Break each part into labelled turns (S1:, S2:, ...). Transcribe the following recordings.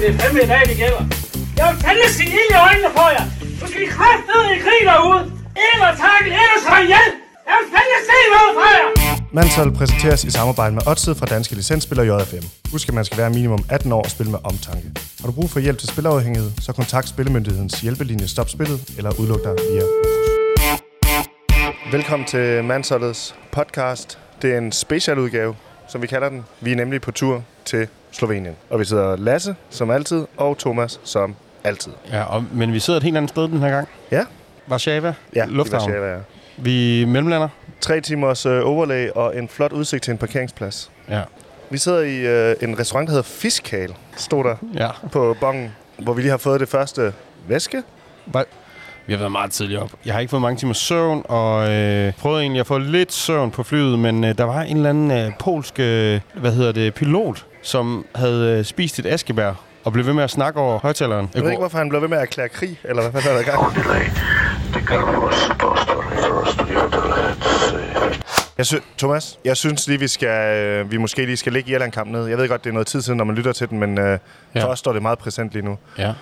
S1: det er fandme i dag, det gælder. Jeg vil fandme se ild i øjnene på jer. Nu skal I kraftedeme i krig derude. Eller takkel, eller så ihjel. Jeg vil fandme se noget fra jer.
S2: Mantal præsenteres i samarbejde med Odset fra danske licensspiller JFM. Husk, at man skal være minimum 18 år og spille med omtanke. Har du brug for hjælp til spilafhængighed, så kontakt Spillemyndighedens hjælpelinje Stop Spillet eller udluk dig via Rufus. Velkommen til Mansoldets podcast. Det er en specialudgave, som vi kalder den. Vi er nemlig på tur til Slovenien. Og vi sidder Lasse, som altid, og Thomas, som altid.
S3: Ja, og, men vi sidder et helt andet sted den her gang.
S2: Ja,
S3: Warszawa.
S2: ja
S3: Lufthavn.
S2: Det var ja.
S3: Vi er mellemlander.
S2: Tre timers øh, overlag og en flot udsigt til en parkeringsplads.
S3: Ja.
S2: Vi sidder i øh, en restaurant, der hedder Fiskal, stod der
S3: ja.
S2: på bongen, hvor vi lige har fået det første væske.
S3: Bare- Vi har været meget tidligt op. Jeg har ikke fået mange timer søvn, og øh, prøvede egentlig at få lidt søvn på flyet, men øh, der var en eller anden øh, polsk, øh, hvad hedder det, pilot, som havde øh, spist et askebær og blev ved med at snakke over højtaleren.
S2: Jeg ved ikke, hvorfor han blev ved med at erklære krig, eller hvad fanden er der i gang.
S4: Delay. The car was supposed to reverse to the other. Let's see.
S2: Jeg sy- Thomas, jeg synes lige, vi, skal, øh, vi måske lige skal lægge Irland-kampen ned. Jeg ved godt, det er noget tid siden, når man lytter til den, men øh, ja.
S3: Ja.
S2: for os står det meget præsent lige nu.
S3: Ja.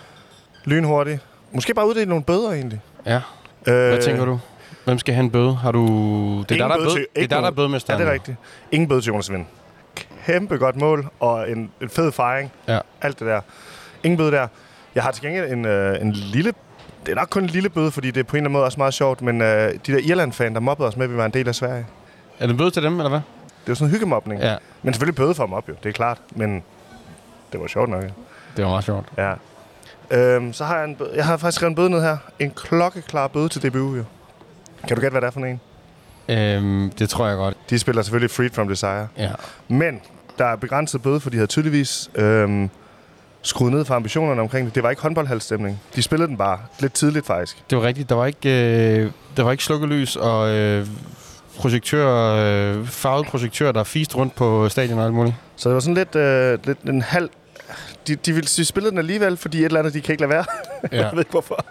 S2: Lynhurtigt. Måske bare uddele nogle bøder egentlig.
S3: ja.
S2: Øh,
S3: Hvad øh, tænker du? Hvem skal have en bøde? Har du... Det er der, der er bøde,
S2: til-
S3: det er
S2: ikke
S3: der, der er
S2: nogen-
S3: bøde med
S2: Ja, det er rigtigt. Ingen bøde til Jonas Vind. Kæmpe godt mål, og en, en fed fejring.
S3: Ja.
S2: Alt det der. Ingen bøde der. Jeg har til gengæld en, øh, en lille... Det er nok kun en lille bøde, fordi det er på en eller anden måde også meget sjovt, men øh, de der Irland-fan, der mobbede os med, at vi var en del af Sverige.
S3: Er det en bøde til dem, eller hvad?
S2: Det er jo sådan en hyggemobning.
S3: Ja.
S2: Men selvfølgelig bøde for dem op, jo. Det er klart. Men det var sjovt nok, ja.
S3: Det var meget sjovt.
S2: ja. Øhm, så har jeg en bøde. Jeg har faktisk skrevet en bøde ned her. En klokkeklar bøde til DBU, jo. Kan du gætte, hvad det er for en?
S3: Øhm, det tror jeg godt.
S2: De spiller selvfølgelig Freed From Desire.
S3: Ja.
S2: Men der er begrænset bøde, for de havde tydeligvis øhm, skruet ned for ambitionerne omkring det. Det var ikke håndboldhalsstemning. De spillede den bare lidt tidligt, faktisk.
S3: Det var rigtigt. Der var ikke, øh, der var ikke slukkelys og øh, projektører, øh, farvede projektører, der fiste rundt på stadion og alt muligt.
S2: Så det var sådan lidt, øh, lidt en halv... De, de, ville, de spillede den alligevel, fordi et eller andet, de kan ikke lade være. Ja. jeg ved ikke, hvorfor.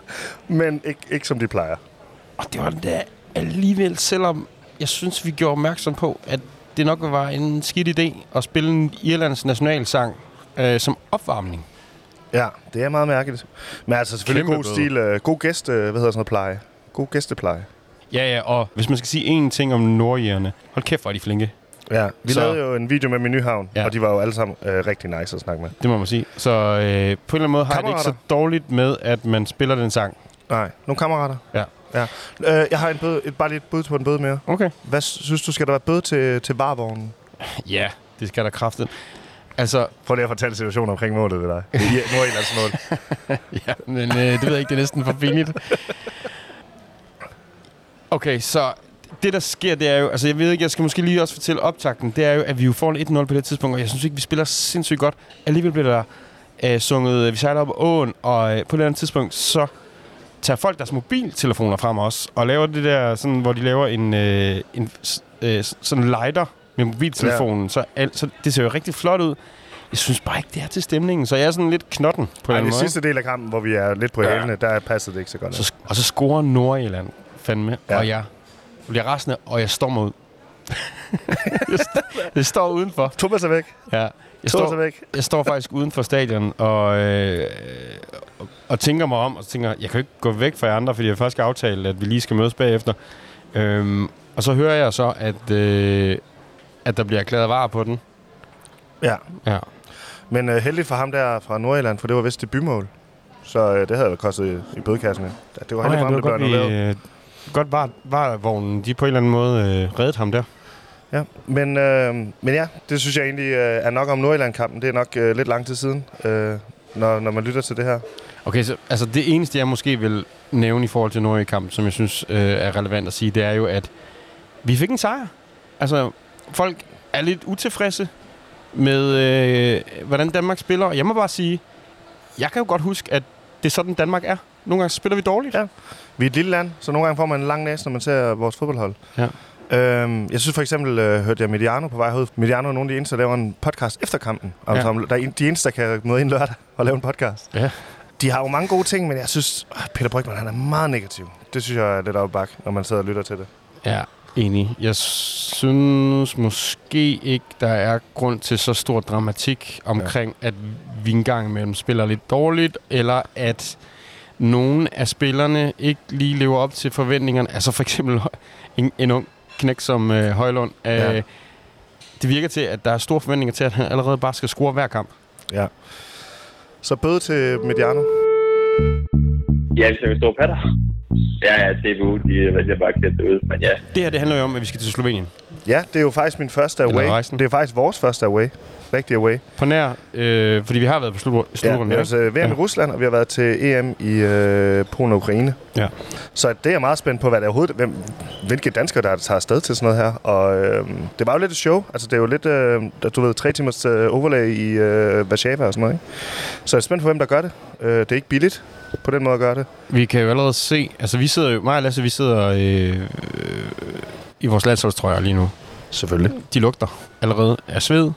S2: Men ikke, ikke som de plejer.
S3: Og det var da alligevel, selvom jeg synes, vi gjorde opmærksom på, at det nok var en skidt idé at spille en Irlands nationalsang øh, som opvarmning.
S2: Ja, det er meget mærkeligt. Men altså selvfølgelig
S3: Kæmpe
S2: god
S3: bøde.
S2: stil, øh, god gæst, øh, hvad hedder sådan noget pleje? God gæstepleje.
S3: Ja, ja, og hvis man skal sige én ting om nordjerne, hold kæft, hvor er de flinke.
S2: Ja, vi så.
S3: Så-
S2: lavede jo en video med Menyhavn, ja.
S3: Ja.
S2: og de var jo alle sammen øh, rigtig nice at snakke med.
S3: Det må man sige. Så øh, på en eller anden måde har jeg det ikke så
S2: Kammerater.
S3: dårligt med, at man spiller den sang.
S2: Nej, nogle kammerater.
S3: Ja.
S2: ja. Øh, jeg har en bøde, et, bare lige et bud på en bøde mere.
S3: Okay.
S2: Hvad synes du, skal der være bøde til, til varvognen?
S3: Ja, det skal der kraftet. Altså,
S2: Prøv lige at fortælle situationen omkring målet ved dig. Det er i- Nordjyllands mål.
S3: Ja, men øh, det ved jeg ikke, det er næsten for pinligt. Okay, så det, der sker, det er jo... Altså, jeg ved ikke, jeg skal måske lige også fortælle optakten. Det er jo, at vi jo får en 1-0 på det tidspunkt, og jeg synes ikke, vi spiller sindssygt godt. Alligevel bliver der øh, sunget, øh, vi sejler op ad åen, og øh, på et eller andet tidspunkt, så tager folk deres mobiltelefoner frem også, og laver det der, sådan, hvor de laver en, øh, en s- øh, s- sådan lighter med mobiltelefonen. Ja. Så, al, så det ser jo rigtig flot ud. Jeg synes bare ikke, det er til stemningen, så jeg er sådan lidt knotten på
S2: Ej,
S3: den
S2: den
S3: måde. ikke?
S2: sidste del af kampen, hvor vi er lidt på
S3: Ja.
S2: hælene, der passede det ikke så godt.
S3: Så, sk- og så scorer Nordjylland fandme,
S2: Ja.
S3: ja. og jeg bliver rasende, og jeg stormer ud. jeg, st- jeg står udenfor.
S2: Thomas er væk.
S3: Ja. Jeg,
S2: Thomas er
S3: står,
S2: væk.
S3: jeg står faktisk uden for stadion, og, øh, og, og tænker mig om, og tænker, jeg kan jo ikke gå væk fra jer andre, fordi jeg først skal aftale, at vi lige skal mødes bagefter. Øhm, og så hører jeg så, at, øh, at der bliver erklæret var på den.
S2: Ja.
S3: Ja.
S2: Men uh, heldigt for ham der fra Nordjylland, for det var vist det bymål. Så uh, det havde jo kostet i, i bødekassen. Ja, Det var
S3: Og
S2: heldigt
S3: ja,
S2: for ham, det
S3: det
S2: blev
S3: godt, vi,
S2: annulleret.
S3: øh, godt var, var vognen, de på en eller anden måde øh, reddede ham der.
S2: Ja. Men, uh, men ja, det synes jeg egentlig uh, er nok om Nordjylland-kampen. Det er nok uh, lidt lang tid siden, uh, når, når man lytter til det her.
S3: Okay, så altså det eneste, jeg måske vil nævne i forhold til Norge-kampen, som jeg synes øh, er relevant at sige, det er jo, at vi fik en sejr. Altså, folk er lidt utilfredse med, øh, hvordan Danmark spiller. Og jeg må bare sige, jeg kan jo godt huske, at det er sådan, Danmark er. Nogle gange spiller vi dårligt.
S2: Ja. Vi er et lille land, så nogle gange får man en lang næse, når man ser vores fodboldhold.
S3: Ja.
S2: Øhm, jeg synes for eksempel, øh, hørte jeg Mediano på vej herud. Mediano er nogle af de eneste, der laver en podcast efter kampen.
S3: Ja.
S2: Altså, ja. der er en- de eneste, der kan møde ind lørdag og lave en podcast.
S3: Ja.
S2: De har jo mange gode ting, ah, men jeg synes, at Peter Brygman han er meget negativ. Det synes jeg er lidt op bak, når man sidder og lytter til det.
S3: ja. Enig. Jeg synes måske ikke, der er grund til så stor dramatik omkring, ja. at vi engang imellem spiller lidt dårligt, eller at nogen af spillerne ikke lige lever op til forventningerne. Altså for eksempel en, en ung knæk som øh, Højlund. Øh,
S2: Ja.
S3: ja. Det virker til, at der er store forventninger til, at han allerede bare skal score hver kamp.
S2: Ja. Så bøde til Mediano.
S5: Ja, hvis jeg vil stå patter. Ja, ja, DBU, de vælger bare at kæde det ud, men ja.
S3: Det her det handler jo om, at vi skal til Slovenien.
S2: Ja, det er jo faktisk min første
S3: Eller
S2: away.
S3: rejsen.
S2: Det er faktisk vores første away. Rigtig away.
S3: På nær, øh, fordi vi har været på slutrunden.
S2: Ja, altså, vi
S3: ikke?
S2: har været til VM i
S3: ja.
S2: Rusland, og vi har været til EM i øh, Polen og Ukraine.
S3: ja.
S2: Så det er jeg meget spændt på, hvad det overhovedet, hvem, hvilke danskere, der tager afsted til sådan noget her. Og øh, det var jo lidt et show. Altså, det er jo lidt, øh, du ved, tre timers øh, overlag i øh, Warszawa og sådan noget, ikke? Så jeg er spændt på, hvem der gør det. Øh, det er ikke billigt på den måde at gøre det.
S3: Vi kan jo allerede se, altså vi sidder jo, mig og Lasse, vi sidder øh, øh, i vores landsholdstrøjer lige nu.
S2: Selvfølgelig.
S3: De lugter allerede af sved,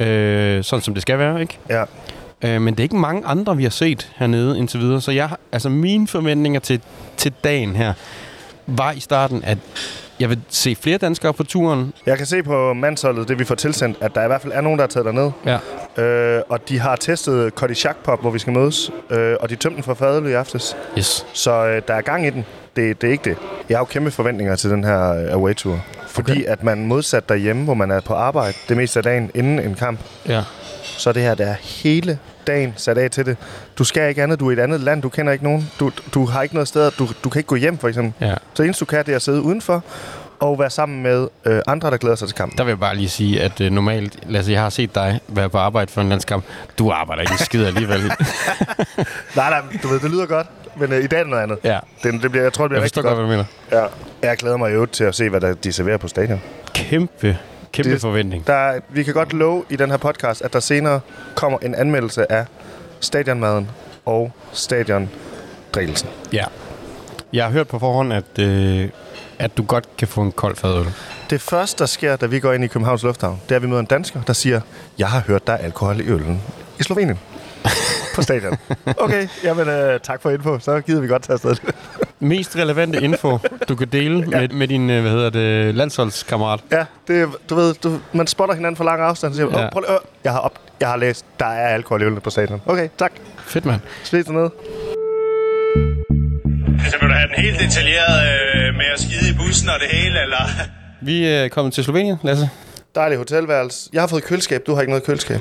S3: øh, sådan som det skal være, ikke?
S2: Ja.
S3: Øh, men det er ikke mange andre, vi har set hernede indtil videre, så jeg, har- altså mine forventninger til, til dagen her var i starten, at jeg vil se flere danskere på turen.
S2: Jeg kan se på mandsholdet, det vi får tilsendt, at der i hvert fald er nogen, der er taget derned.
S3: Ja.
S2: Øh, og de har testet Cody Shackpop, hvor vi skal mødes. Øh, og de tømte den for fadøl i aftes.
S3: Yes.
S2: Så øh, der er gang i den. Det, det er ikke det. Jeg har jo kæmpe forventninger til den her øh, away-tour. Fordi at man modsat derhjemme, hvor man er på arbejde det meste af dagen inden en kamp,
S3: Ja.
S2: så er det her, der er hele dagen sat af til det. Du skal ikke andet. Du er i et andet land. Du kender ikke nogen. Du, du har ikke noget sted. at- Du, du kan ikke gå hjem, for eksempel.
S3: ja.
S2: Så det eneste, du kan, det er at sidde udenfor og være sammen med øh, andre, der glæder sig til kampen.
S3: Der vil jeg bare lige sige, at øh, normalt, Lasse, jeg har set dig være på arbejde for en landskamp. Du arbejder ikke en skid alligevel.
S2: Nej, nej, du ved, det lyder godt, men øh, i dag er det noget andet.
S3: ja.
S2: Det, det bliver, jeg tror, det bliver
S3: Jeg forstår
S2: rigtig
S3: godt,
S2: godt.
S3: hvad du mener.
S2: Ja. Jeg glæder mig jo til at se, hvad der, de serverer på stadion.
S3: Kæmpe, kæmpe
S2: Det-
S3: det... forventning.
S2: Der, vi kan godt love i den her podcast, at der senere kommer en anmeldelse af stadionmaden og stadion drikkelsen.
S3: Ja. Jeg har hørt på forhånd, at, øh, at du godt kan få en kold fadøl.
S2: Det første, der sker, da vi går ind i Københavns Lufthavn, det er, at vi møder en dansker, der siger, jeg har hørt, der er alkohol i øllen i Slovenien. på stadion. Okay, jamen øh, tak for info. Så gider vi godt tage afsted.
S3: Mest relevante info, du kan dele ja. med, med din øh, hvad hedder det, landsholdskammerat.
S2: ja, det, er- du ved, du, man spotter hinanden for lang afstand. Så siger, man,
S3: Ja.
S2: "Åh, prøv, lige- øh, jeg, har op, jeg har læst, der er alkohol i øllen på stadion. Okay, tak.
S3: Fedt, mand.
S2: Spil ned.
S6: Altså, vil du have den helt detaljeret øh, med at skide i bussen og det hele, eller?
S3: Vi øh, er kommet til Slovenien, Lasse.
S2: Dejlig hotelværelse. Jeg har fået køleskab. Du har ikke noget køleskab.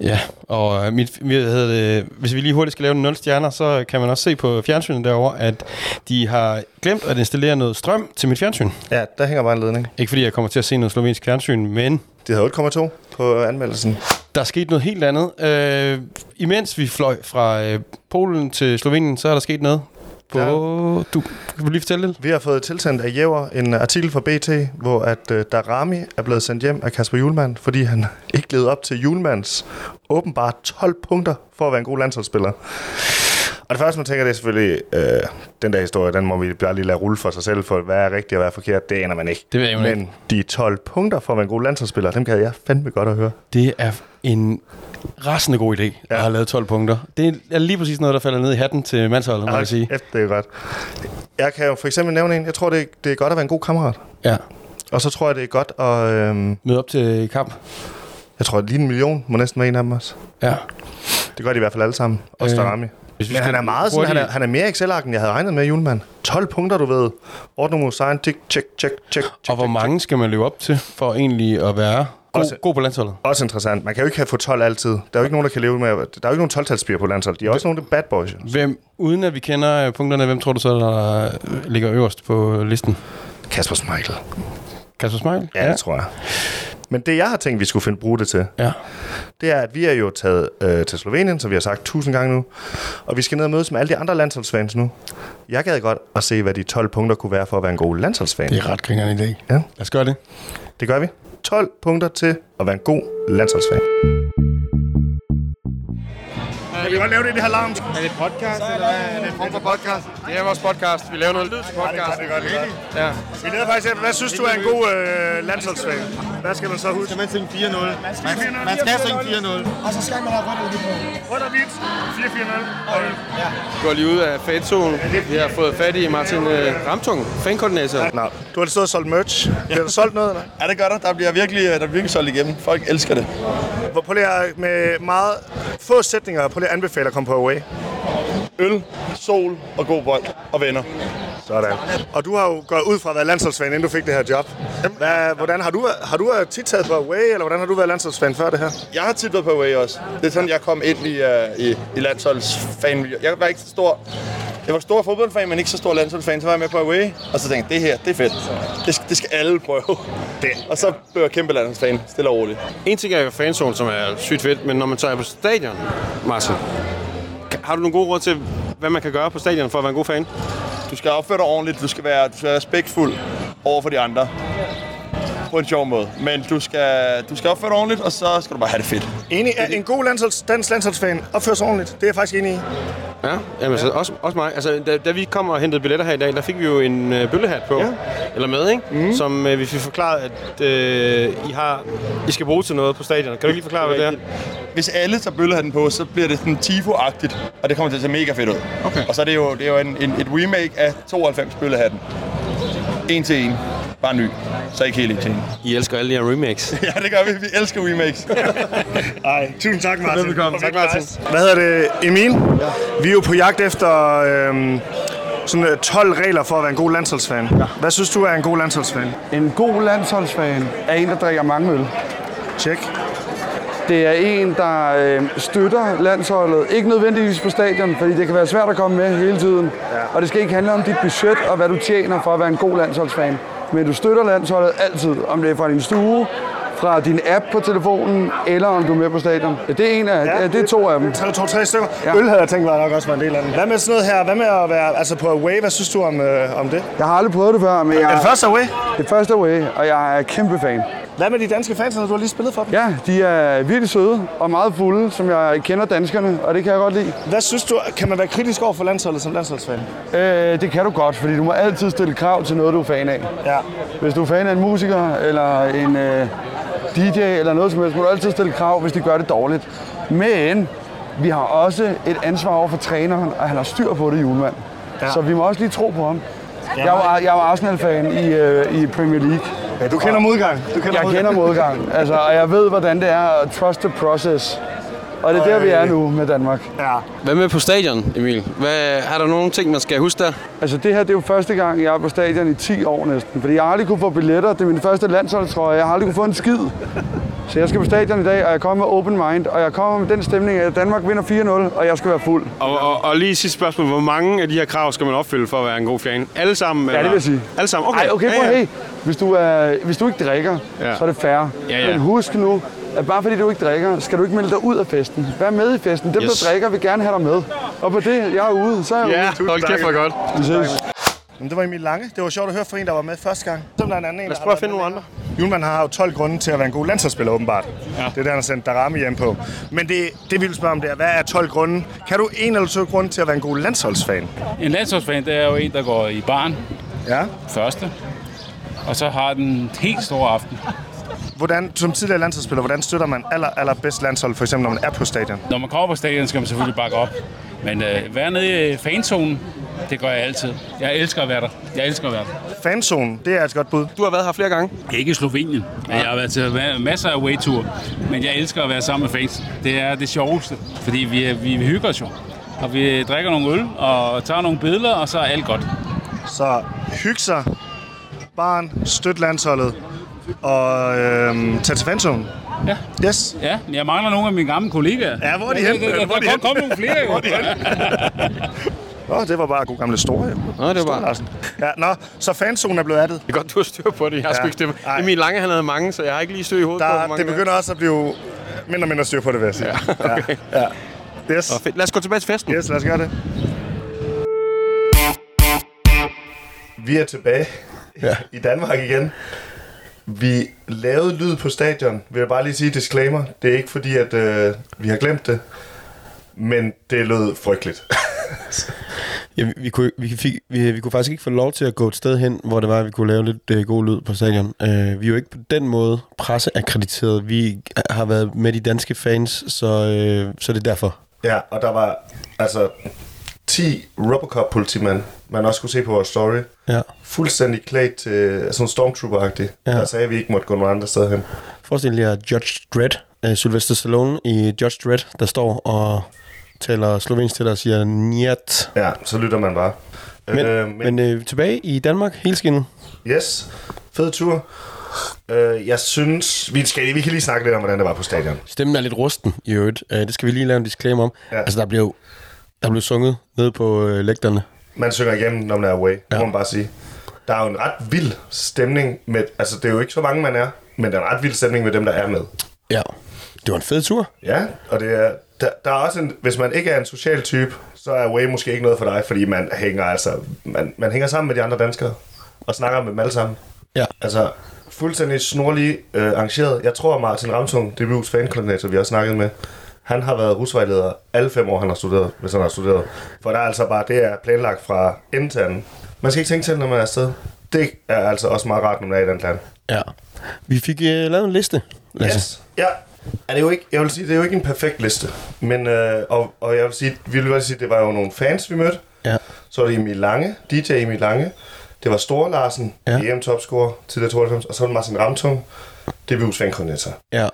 S3: Ja, og øh, mit, hvad hedder det, hvis vi lige hurtigt skal lave en 0 stjerner, så kan man også se på fjernsynet derovre, at de har glemt at installere noget strøm til mit fjernsyn.
S2: Ja, der hænger bare en ledning.
S3: Ikke fordi jeg kommer til at se noget slovensk fjernsyn, men
S2: Det hedder 8,2 på anmeldelsen.
S3: Der er sket noget helt andet. Øh, imens vi fløj fra øh, Polen til Slovenien, så er der sket noget. På,
S2: Ja.
S3: ja. du, kan du lige fortælle lidt?
S2: Vi har fået tilsendt af Jæver en artikel fra BT, hvor at øh, Darami er blevet sendt hjem af Kasper Julemand, fordi han ikke levede op til Julemands åbenbart 12 punkter for at være en god landsholdsspiller. Og det første, man tænker, det er selvfølgelig, øh, den der historie, den må vi bare lige lade rulle for sig selv, for hvad er rigtigt og hvad er forkert, det aner man ikke.
S3: Det ved jeg jo
S2: Men de 12 punkter for at være en god landsholdsspiller, dem kan jeg fandme godt at høre.
S3: Det er en rasende god idé, ja. at have lavet 12 punkter. Det er lige præcis noget, der falder ned i hatten til mandsholdet, må jeg sige.
S2: Kæft, det er godt. Jeg kan jo for eksempel nævne en, jeg tror, det er, det er godt at være en god kammerat.
S3: Ja.
S2: Og så tror jeg, det er godt at... Øh,
S3: Møde op til kamp.
S2: jeg tror, at lige en million må næsten være en af dem også.
S3: Ja.
S2: Det gør de i hvert fald alle sammen. Også øh,
S3: Øh,
S2: Darami.
S3: hvis vi
S2: Men
S3: skal
S2: han er meget sådan, han
S3: hurtigt-
S2: er, han er mere excel jeg havde regnet med, Julemand. 12 punkter, du ved. Ordner mod sejren. Tick, check, check, check, check.
S3: Og hvor mange skal man løbe op til, for egentlig at være
S2: Også-
S3: god, god på landsholdet?
S2: Også interessant. Man kan jo ikke have få 12 altid. Der er jo ikke nogen, der kan leve med... Der er jo ikke nogen 12-talsbier på landsholdet. De er også nogle af de bad boys. jo.
S3: Hvem, uden at vi kender øh, punkterne, hvem tror du så, der øh, ligger øverst på listen?
S2: Kasper Schmeichel.
S3: Kasper Smeichel?
S2: Ja, det tror jeg. Men det, jeg har tænkt, vi skulle finde bruge det til,
S3: Ja.
S2: det er, at vi er jo taget øh, til Slovenien, som vi har sagt tusind gange nu. Og vi skal ned og mødes med alle de andre landsholdsfans nu. Jeg gad godt at se, hvad de 12 punkter kunne være for at være en god landsholdsfan.
S3: Det er ret grineren idé.
S2: Ja.
S3: Lad os gøre det.
S2: Det gør vi. 12 punkter til at være en god landsholdsfan. Vi kan godt lave det i det her larm.
S7: Er det podcast, eller hvad? Er det en form for podcast?
S3: Det er vores podcast. Vi laver noget lyd til podcast.
S2: det er godt, det er godt.
S3: Ja.
S2: Vi leder faktisk efter, hvad synes du er en god øh, landsholdsfag? Hvad skal man så huske?
S7: Skal man synge 4-0? Man skal, man skal synge 4-0.
S8: Og så skal man have rødt ud på.
S2: Under beat, 4-4-0. Og
S3: Går lige ud af fanzonen. Vi har fået fat i Martin øh, Ramtung, fankoordinator.
S2: Nej. Du har stået og solgt merch. Bliver der solgt noget, eller?
S9: Ja, det gør der. Der bliver virkelig, øh, der bliver virkelig solgt igennem. Folk elsker det.
S2: Hvor prøv lige at, med meget få sætninger, prøv lige at anbefale at komme på Away.
S9: Øl, sol og god bold og venner.
S2: Sådan. Og du har jo gået ud fra at være landsholdsfan, inden du fik det her job. Hvad, hvordan har du, været- har du øh, tit taget på Away, eller hvordan har du været landsholdsfan før det her?
S9: Jeg har tit været på Away også. Det er sådan, jeg kom ind i, uh, i, i landsholdsfanmiljøet. Jeg var ikke så stor... Jeg var stor fodboldfan, men ikke så stor landsholdsfan. Så var jeg med på Away, og så tænkte jeg, det her, det er fedt. Det skal, det skal alle prøve.
S2: Det.
S9: Og så blev jeg kæmpe landsholdsfan, stille og roligt.
S3: En ting er jo fanzonen, som er sygt fedt, men når man så er på stadion, Martin, kan- har du nogle gode råd til, hvad man kan gøre på stadion for at være en god fan?
S9: Du skal opføre dig ordentligt, du skal være, du skal være respektfuld over for de andre. På en sjov måde. Men du skal, du skal opføre dig ordentligt, og så skal du bare have det fedt.
S2: Enig, er en god landsholds, dansk landsholdsfan opfører sig ordentligt. Det er jeg faktisk enig i.
S3: Ja, jamen, så også, også mig. Altså, da, da vi kom og hentede billetter her i dag, der fik vi jo en øh, bøllehat på. Ja. Eller med, ikke? Mm. Som øh, vi fik forklaret, at øh, I, har, I skal bruge til noget på stadion. Kan du ikke lige forklare, hvad det er?
S9: Hvis alle tager bøllehatten på, så bliver det sådan tifo-agtigt, og det kommer til at se mega fedt ud. Okay. Og så er det jo, det er jo en, en, et remake af 92 bøllehatten. En til en. Bare ny. Så ikke helt en til en.
S3: I elsker alle de her remakes.
S9: Ja, det gør vi. Vi elsker remakes.
S2: Ej, tusind tak, Martin.
S3: Velbekomme. Tak, Martin.
S2: Hvad hedder det, Emil? Ja. Vi er jo på jagt efter øhm, sådan øh, 12 regler for at være en god landsholdsfan. Ja. Hvad synes du er en god landsholdsfan?
S8: En god landsholdsfan er en, der drikker mange øl.
S2: Tjek.
S8: Det er en, der øh, støtter landsholdet. Ikke nødvendigvis på stadion, fordi det kan være svært at komme med hele tiden. Ja. Og det skal ikke handle om dit budget og hvad du tjener for at være en god landsholdsfan. Men du støtter landsholdet altid, om det er fra din stue, fra din app på telefonen, eller om du er med på stadion. Ja, Det er, en af, ja, det er to af dem.
S2: Tre, to, tre stykker. Ja.
S8: Ja.
S2: Øl havde jeg tænkt var nok også var en del af den. Hvad med sådan noget her? Hvad med at være altså på away? Hvad synes du om, øh, om det?
S8: Jeg har aldrig prøvet det før, men jeg
S2: Er det første away?
S8: det er første away, og jeg er kæmpe fan.
S2: Hvad med de danske fans, når du har lige spillet for dem?
S8: Ja, de er virkelig søde og meget fulde, som jeg kender danskerne, og det kan jeg godt lide.
S2: Hvad synes du, kan man være kritisk over for landsholdet som landsholdsfan?
S8: Øh, det kan du godt, fordi du må altid stille krav til noget, du er fan af.
S2: Ja.
S8: Hvis du er fan af en musiker eller en øh, DJ eller noget som helst, må du altid stille krav, hvis de gør det dårligt. Men vi har også et ansvar over for træneren, og han har styr på det, julemand. Ja. Så vi må også lige tro på ham. Jeg var, jeg var Arsenal-fan i, øh, i Premier League.
S2: ja du kender modgang. Du kender
S8: Jeg
S2: modgang.
S8: kender modgang, altså, og jeg ved, hvordan det er at trust the process. Og det er der, vi er nu med Danmark.
S2: Ja.
S3: Hvad med på stadion, Emil? Hvad, har der nogle ting, man skal huske der?
S8: Altså det her, det er jo første gang, jeg er på stadion i 10 år næsten. Fordi jeg har aldrig kunne få billetter. Det er min første landsholdstrøje. Jeg har aldrig kunne få en skid. Så jeg skal på stadion i dag, og jeg kommer med open mind. Og jeg kommer med den stemning, at Danmark vinder 4-0, og jeg skal være fuld.
S3: Og, og, og lige sidste spørgsmål. Hvor mange af de her krav skal man opfylde for at være en god fan? Alle sammen?
S8: Ja, det vil jeg sige.
S3: Alle sammen? Okay.
S8: Ej, okay, prøv hey. Hvis du, øh, hvis du ikke drikker,
S3: Ja.
S8: ja. så er det fair.
S3: Ja, ja.
S8: Men husk nu, at bare fordi du ikke drikker, skal du ikke melde dig ud af festen. Vær med i festen. Dem,
S3: Yes.
S8: der drikker, vil gerne have dig med. Og på det, jeg er ude, så er jeg ude.
S3: Ja, hold kæft, hvor godt.
S8: Vi ses.
S2: Men det var Emil Lange. Det var sjovt at høre fra en, der var med første gang. Som der er en anden en,
S3: Lad
S2: der
S3: os
S2: har
S3: prøve at
S2: været
S3: finde
S2: med
S3: nogle andre.
S2: Julemand har jo 12 grunde til at være en god landsholdsspiller, åbenbart. Ja. Det er der, han har sendt Darami hjem på. Men det, det vi vil spørge om, det er, hvad er 12 grunde? Kan du en eller to grunde til at være en god landsholdsfan?
S10: En landsholdsfan, det er jo en, der går i barn
S2: Ja.
S10: første, og så har den en helt stor aften.
S2: Hvordan, som tidligere landsholdsspiller, hvordan støtter man aller, aller bedst landshold, for eksempel når man er på stadion?
S10: Når man kommer på stadion, skal man selvfølgelig bakke op. Men øh, være nede i fanzonen, det gør jeg altid. Jeg elsker at være der. Jeg elsker at være der.
S2: Fanzonen, det er et godt bud.
S3: Du har været her flere gange.
S10: Ikke i Slovenien, men jeg har været til ma- masser af wayture. Men jeg elsker at være sammen med fans. Det er det sjoveste, fordi vi, er- vi, vi hygger os jo. Og vi drikker nogle øl og tager nogle billeder, og så er alt godt.
S2: Så hyg sig, barn, støt landsholdet, og øhm, tag til fanzonen.
S10: Ja.
S2: Yes.
S10: Ja, men jeg mangler nogle af mine gamle kollegaer.
S2: Ja, hvor er de
S10: Der-
S2: henne?
S10: der- Der,
S2: Hvor er de
S10: der, der
S2: henne?
S10: kom nogle flere jo.
S2: Nå, det var bare god gamle store, jo.
S3: Nå, det var bare...
S2: Larsen. Ja, nå, så fanzonen er blevet addet.
S3: Det er godt, du har styr på det. Jeg har
S2: Ja.
S3: ja. sgu ikke
S2: Ej.
S3: styr. Emil Lange, han havde mange, så jeg har ikke lige styr i hovedet på, hvor
S2: Der,
S3: mange
S2: det begynder også at blive mindre og mindre styr på det, vil jeg sige. Ja, okay. ja. ja. Yes.
S3: er. Nå, fedt. Lad os gå tilbage til festen.
S2: yes, lad os gøre det. Vi er tilbage ja. i Danmark igen. Vi lavede lyd på stadion. Vil jeg bare lige sige disclaimer. Det er ikke fordi, at øh, vi har glemt det. Men det lød frygteligt.
S3: Ja, vi, vi, kunne, vi, fik, vi, vi kunne faktisk ikke få lov til at gå et sted hen, hvor det var, at vi kunne lave lidt øh, god lyd på stadion. Øh, vi er jo ikke på den måde presseakkrediteret. Vi har været med de danske fans, så, øh, så det er derfor.
S2: Ja, og der var altså 10 Robocop-politimænd, man også kunne se på vores story.
S3: Ja.
S2: Fuldstændig klædt til altså sådan stormtrooper-agtig. Ja.
S3: Ja.
S2: Der sagde, at vi ikke måtte gå nogen andre steder hen.
S3: Forestil jer Judge Dredd, øh, Sylvester Stallone i Judge Dredd, der står og taler slovensk til dig og siger Njet.
S2: Ja, så lytter man bare.
S3: Men,
S2: Øh,
S3: øh, men, men øh, tilbage i Danmark, helskindet.
S2: Yes, fed tur. Øh, jeg synes, vi, skal, vi kan lige snakke lidt om, hvordan det var på stadion.
S3: Stemmen er lidt rusten i øvrigt. Øh, det skal vi lige lave en disclaimer om. Ja. Altså, der blev, der blev sunget ned på øh, lægterne.
S2: Man synger igennem, når man er away, ja. må man bare sige. Der er jo en ret vild stemning med, altså det er jo ikke så mange, man er, men der er en ret vild stemning med dem, der er med.
S3: Ja. Det var en fed tur.
S2: Ja, og det er, der, der er også en, hvis man ikke er en social type, så er away måske ikke noget for dig, fordi man hænger, altså, man, man hænger sammen med de andre danskere, og snakker med dem alle sammen.
S3: Ja.
S2: Altså, fuldstændig snorlig øh, arrangeret. Jeg tror, Martin Ramsung, DBU's fankoordinator, vi har snakket med, han har været rusvejleder alle fem år, han har studeret, hvis han har studeret. For der er altså bare, det er planlagt fra ende til anden. Man skal ikke tænke til, når man er afsted. Det er altså også meget rart, når man er i et andet land.
S3: Ja. Vi fik øh, lavet en liste, Lasse. Yes.
S2: Ja, er det jo ikke, jeg vil sige, det er jo ikke en perfekt liste. Men, øh, og, og jeg vil sige, vi vil bare sige, det var jo nogle fans, vi mødte.
S3: Ja.
S2: Så var det Emil Lange, DJ Emil Lange. Det var Store Larsen, E ja.
S3: Ja.
S2: EM-topscorer til det 92. Og så var det Martin Ramtung, DBU's fankoordinator.
S3: Ja.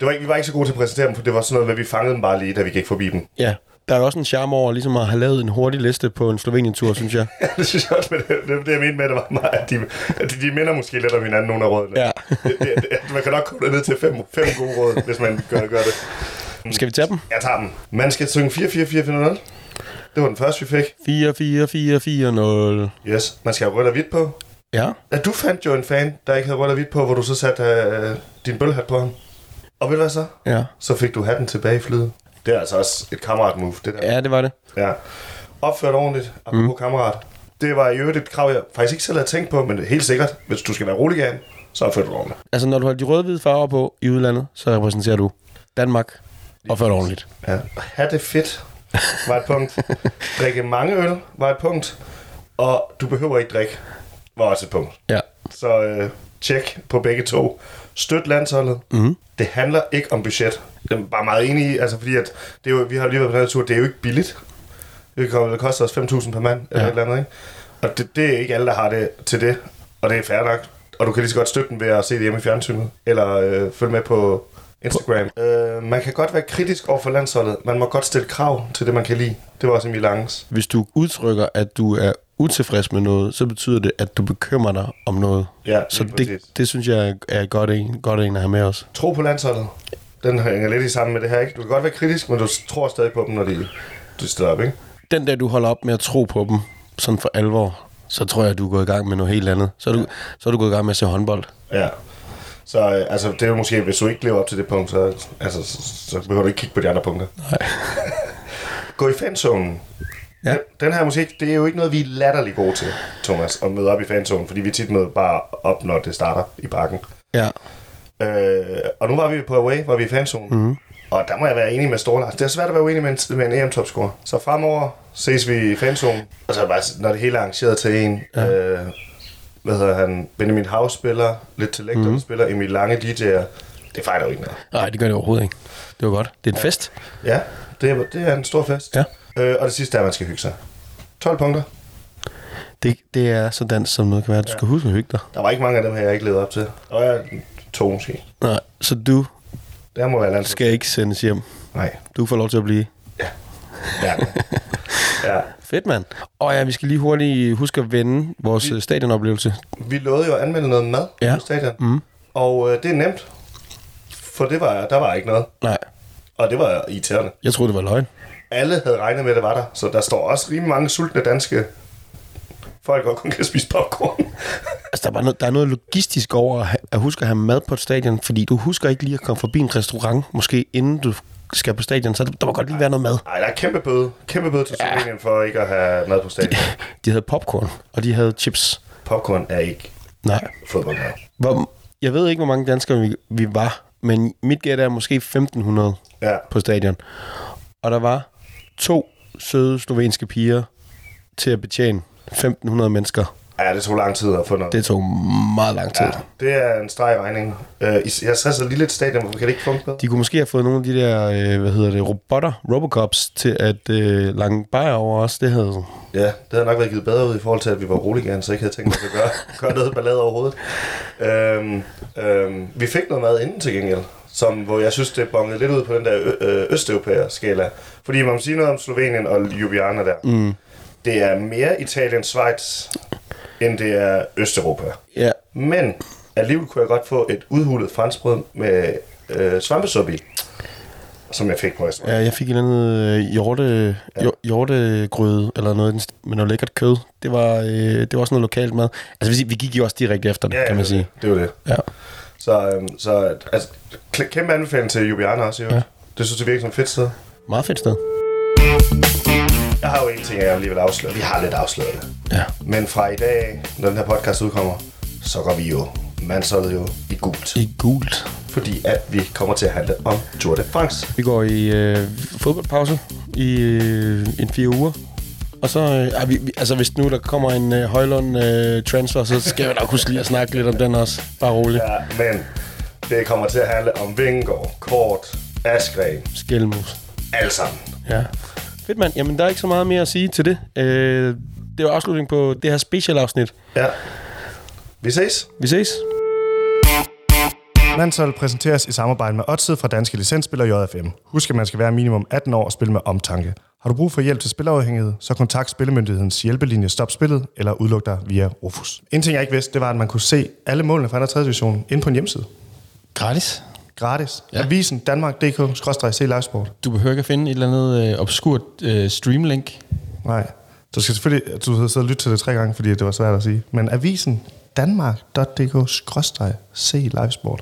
S2: Det var ikke, vi var ikke så gode til at præsentere dem, for det var sådan noget, hvad vi fangede dem bare lige, da vi gik forbi dem.
S3: Ja. Der er også en charme over ligesom at have lavet en hurtig liste på en Slovenien-tur, synes jeg.
S2: Ja, det synes jeg også, men det, det, det jeg mente med, det var meget, at de, at de, de minder måske lidt om hinanden, nogle af rådene.
S3: Ja.
S2: Det, det, det, man kan nok komme ned til fem, fem gode råd, hvis man gør, gør det.
S3: Skal vi tage dem?
S2: Jeg tager dem. Man skal synge 4-4-4-4-0. Det var den første, vi fik.
S3: 4-4-4-4-0.
S2: Yes. Man skal have rødt og hvidt på.
S3: Ja.
S2: Ja, du fandt jo en fan, der ikke havde rødt og hvidt på, hvor du så satte øh, din bølhat på ham. Og ved du hvad så?
S3: Ja.
S2: Så fik du hatten tilbage i flyet. Det er altså også et kammerat-move, det der.
S3: Ja, det var det.
S2: Ja. Opført ordentligt, apropos mm. kammerat. Det var i øvrigt et krav, jeg faktisk ikke selv havde tænkt på, men helt sikkert, hvis du skal være rolig igen, så opfører du dig ordentligt.
S3: Altså, når du har de røde-hvide farver på i udlandet, så repræsenterer du Danmark og ført ordentligt.
S2: Ja. Ha' det fedt var et punkt. Drikke mange øl var et punkt. Og du behøver ikke drikke var også et punkt.
S3: Ja.
S2: Så øh, tjek på begge to. Støt landsholdet.
S3: Mhm.
S2: Det handler ikke om budget. Jeg er bare meget enig i, altså fordi at det er jo, vi har lige været på den her tur, det er jo ikke billigt. Det, kommer, det koster os 5.000 per mand, eller ja.
S3: Ja.
S2: et eller andet, ikke? Og det, det, er ikke alle, der har det til det, og det er fair nok. Og du kan lige så godt støtte den ved at se det hjemme i fjernsynet, eller øh, følge med på Instagram. Øh, man kan godt være kritisk over for landsholdet. Man må godt stille krav til det, man kan lide. Det var også Emil Langes.
S3: Hvis du udtrykker, at du er utilfreds med noget, så betyder det, at du bekymrer dig om noget.
S2: Ja,
S3: så
S2: lige
S3: det,
S2: præcis.
S3: det synes jeg er godt en, godt en at have med os.
S2: Tro på landsholdet. Den hænger lidt i sammen med det her, ikke? Du kan godt være kritisk, men du tror stadig på dem, når de, de stiller op, ikke?
S3: Den dag, du holder op med at tro på dem, sådan for alvor, så tror jeg, du er gået i gang med noget helt andet. Så er du, så er du gået i gang med at se håndbold.
S2: Ja. Så øh, altså, det er jo måske, hvis du ikke lever op til det punkt, så, altså, så, så behøver du ikke kigge på de andre punkter.
S3: Nej.
S2: Gå i fanzonen.
S3: Ja.
S2: Den, den her musik, det er jo ikke noget, vi er latterlig gode til, Thomas, at møde op i fanzonen, fordi vi tit møder bare op, når det starter i parken.
S3: Ja.
S2: Øh, og nu var vi på Away, var vi i fanzonen.
S3: Mhm.
S2: Mm. Og der må jeg være enig med Storlars. Det er svært at være uenig med en, med en EM-topscorer. Så fremover ses vi i fanzonen. Og så bare, når det hele er arrangeret til en. Ja. Øh, hvad hedder han? Benjamin Hav spiller, lidt til
S3: Mhm.
S2: mm. spiller, Emil Lange DJ'er. Det fejler jo ikke noget.
S3: Nej, det gør det overhovedet ikke. Det var godt. Det er en fest.
S2: Ja, det er, det er en stor fest.
S3: Ja.
S2: Øh, og det sidste er, at man skal hygge sig. 12 punkter.
S3: Det, det er så dansk, som noget kan være. Du skal huske at hygge dig.
S2: Der var ikke mange af dem her, jeg ikke levede op til. Og jeg to måske.
S3: Nej, så du
S2: Der må være landet.
S3: skal ikke sendes hjem.
S2: Nej.
S3: Du får lov til at blive.
S2: Ja. ja.
S3: Fedt, mand. Og ja, vi skal lige hurtigt huske at vende vores øh, stadionoplevelse.
S2: Vi lovede jo at anmelde noget mad ja.
S3: Ja. Mhm.
S2: på stadion. Mm. Og øh, det er nemt. For det var, der var ikke noget.
S3: Nej,
S2: Og det var irriterende.
S3: jeg troede, det var løgn.
S2: Alle havde regnet med, at det var der. Så der står også rimelig mange sultne danske folk, der kun kan spise popcorn.
S3: Altså, der, er bare noget, der er noget logistisk over at, ha- at huske at have mad på et stadion, fordi du husker ikke lige at komme forbi en restaurant, måske inden du skal på stadion, så der, der må godt lige være noget mad.
S2: Nej, der er kæmpe bøde. Kæmpe bøde til Slovenien ja. for ikke at have mad på stadion.
S3: De havde popcorn, og de havde chips.
S2: Popcorn er ikke
S3: Nej.
S2: fodboldmad.
S3: Hvor, jeg ved ikke, hvor mange danskere vi, vi var, men mit gæt er måske 1.500
S2: Ja.
S3: på stadion. og der var to søde slovenske piger til at betjene 1.500 mennesker.
S2: Ja, det tog lang tid at få noget.
S3: Det tog meget lang tid. Ja.
S2: Det er en streg i regningen. Øh, is- jeg sad så lille et stadion, hvor kan det ikke funke bedre?
S3: De kunne måske have fået nogle af de der, øh, hvad hedder det, robotter, Robocops, til at øh, lange bajer over os. Det havde
S2: Ja, det havde nok været givet bedre ud i forhold til, at vi var roligere, så ikke havde tænkt os at gøre, gøre noget ballade overhovedet. Øhm, øhm, vi fik noget mad inden til gengæld, som, hvor jeg synes, det bongede lidt ud på den der ø- øh, østeuropæer skala. Fordi man må sige noget om Slovenien og Ljubljana der.
S3: Mm.
S2: Det er mere Italien-Schweiz, end det er Østeuropa.
S3: Ja.
S2: Men alligevel kunne jeg godt få et udhulet franskbrød med øh, svampesuppe i, som jeg fik på restaurant.
S3: Ja, jeg fik et eller andet øh, hjorte, ja. hjortegrøde, eller noget, i den st- med noget lækkert kød. Det var, øh, det var også noget lokalt mad. Altså, vi, vi gik jo også direkte efter det,
S2: Ja,
S3: ja, kan man sige.
S2: Det var det.
S3: Ja.
S2: Så, øhm, så altså, kl- kæmpe anbefaling til Jubiana også, jo. Ja. Det synes jeg virker som et fedt sted.
S3: Meget fedt sted.
S2: Jeg har jo en ting, jeg alligevel vil afsløre. Vi har lidt afsløret det.
S3: Ja.
S2: Men fra i dag, af, når den her podcast udkommer, så går vi jo mandsholdet jo i gult.
S3: I gult.
S2: Fordi at vi kommer til at handle om Tour de France.
S3: Vi går i øh, fodboldpause i øh, en fire uger. Og så, øh, er vi, vi- altså hvis nu der kommer en øh, Højlund øh, transfer, så skal vi nok huske lige at snakke lidt om den også. Bare roligt.
S2: Ja, men det kommer til at handle om Vingård, Kort, Askren,
S3: Skelmus.
S2: alle sammen.
S3: Ja. Fedt mand. Jamen, der er ikke så meget mere at sige til det. Øh, det var afslutningen på det her specialafsnit.
S2: Ja. Vi ses.
S3: Vi ses.
S2: Landshold præsenteres i samarbejde med Odset fra Danske Licensspiller JFM. Husk, at man skal være minimum 18 år og spille med omtanke. Har du brug for hjælp til spilafhængighed, så kontakt Spillemyndighedens hjælpelinje Stop Spillet eller udluk dig via Rufus. En ting, jeg ikke vidste, det var, at man kunne se alle målene fra 2. og 3. division inde på en hjemmeside.
S3: Gratis.
S2: Gratis. Ja. Avisen danmark.dk-c livesport.
S3: Du behøver ikke at finde et eller andet øh, obskurt øh, streamlink.
S2: Nej. Du skal selvfølgelig du skal sidde og lytte til det tre gange, fordi det var svært at sige. Men avisen danmark.dk-c livesport.